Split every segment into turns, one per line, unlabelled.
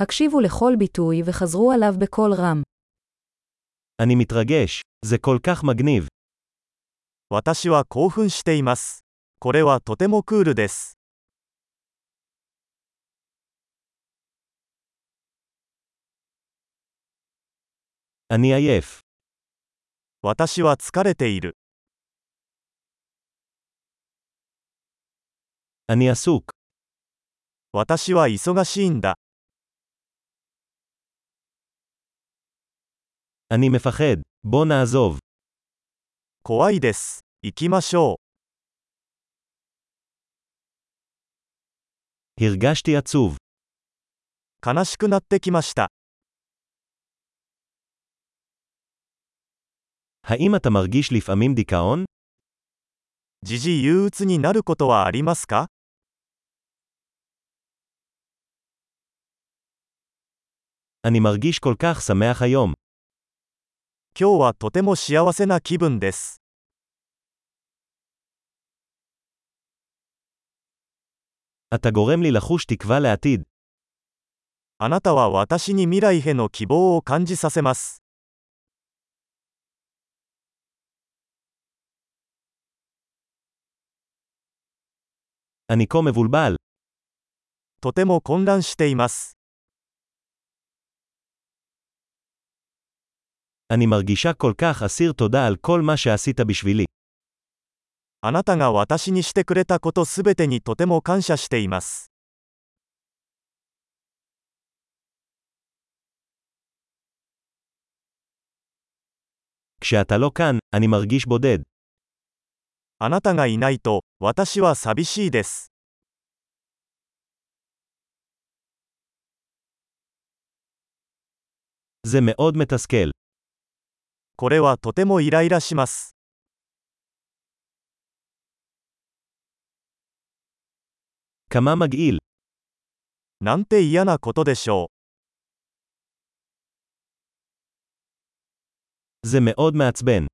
הקשיבו לכל ביטוי וחזרו עליו בקול רם.
אני מתרגש, זה כל כך מגניב.
私は興奮しています。これはとてもクールです。
אני עייף.
私は疲れている。
אני עסוק.
私は忙しいんだ。
אני מפחד. בוא נעזוב.
怖いです。行きましょ
הרגשתי עצוב.
う。悲しくなってきました。
האם אתה מרגיש לפעמים דיכאון?
時々憂鬱になることはありますか
אני מרגיש כל כך שמח היום.
今日はとても幸せな気分です。
אתה גורם לי לחוש תקווה לעתיד.
あなたは私に未来への希望を感じさせます。
אני כה מבולבל.
とても混乱しています。
אני מרגישה כל כך אסיר תודה על כל מה שעשית בשבילי.
あなたが私にしてくれたことすべてにとても感謝しています。
כשאתה לא כאן, אני מרגיש בודד.
あなたがいないと、私は寂しいです。
זה מאוד מתסכל.
これはとてもイライラします。
כמה מגעיל.
なんて嫌なことでしょう。
זה מאוד מעצבן.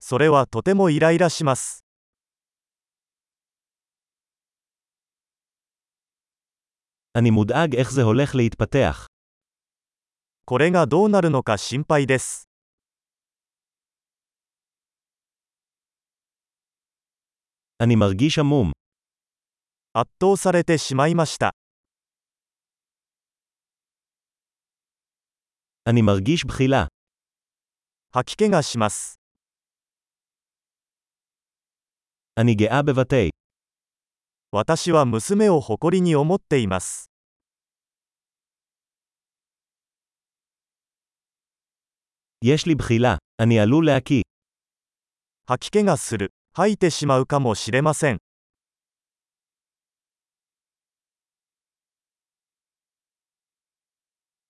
それはとてもイライラします。
אני מודאג איך זה הולך להתפתח.
これがどうなるのか心配です。
אני מרגיש עמום.
圧倒されてしまいました。
אני מרגיש בחילה.
吐き気がします。
אני גאה בבתי.
私は娘を誇りに思っています。
יש לי בחילה. אני עלול להקיא.
吐き気がする。吐いてしまうかもしれません。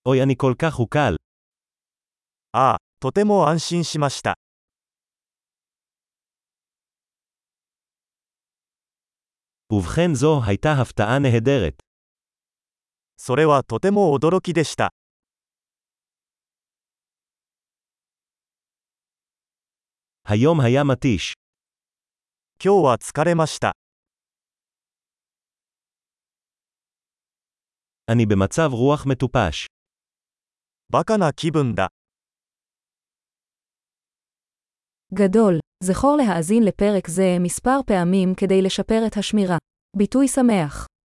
אוי, אני כל כך הוקל.
ああ、とても安心しました。
ובכן זו הייתה הפתעה נהדרת.
それはとても驚きでした。
היום היה מתיש.
今日は疲れました。
אני במצב רוח מטופש.
バカな気分だ。
גדול, זכור להאזין לפרק זה מספר פעמים כדי לשפר את השמירה. ביטוי שמח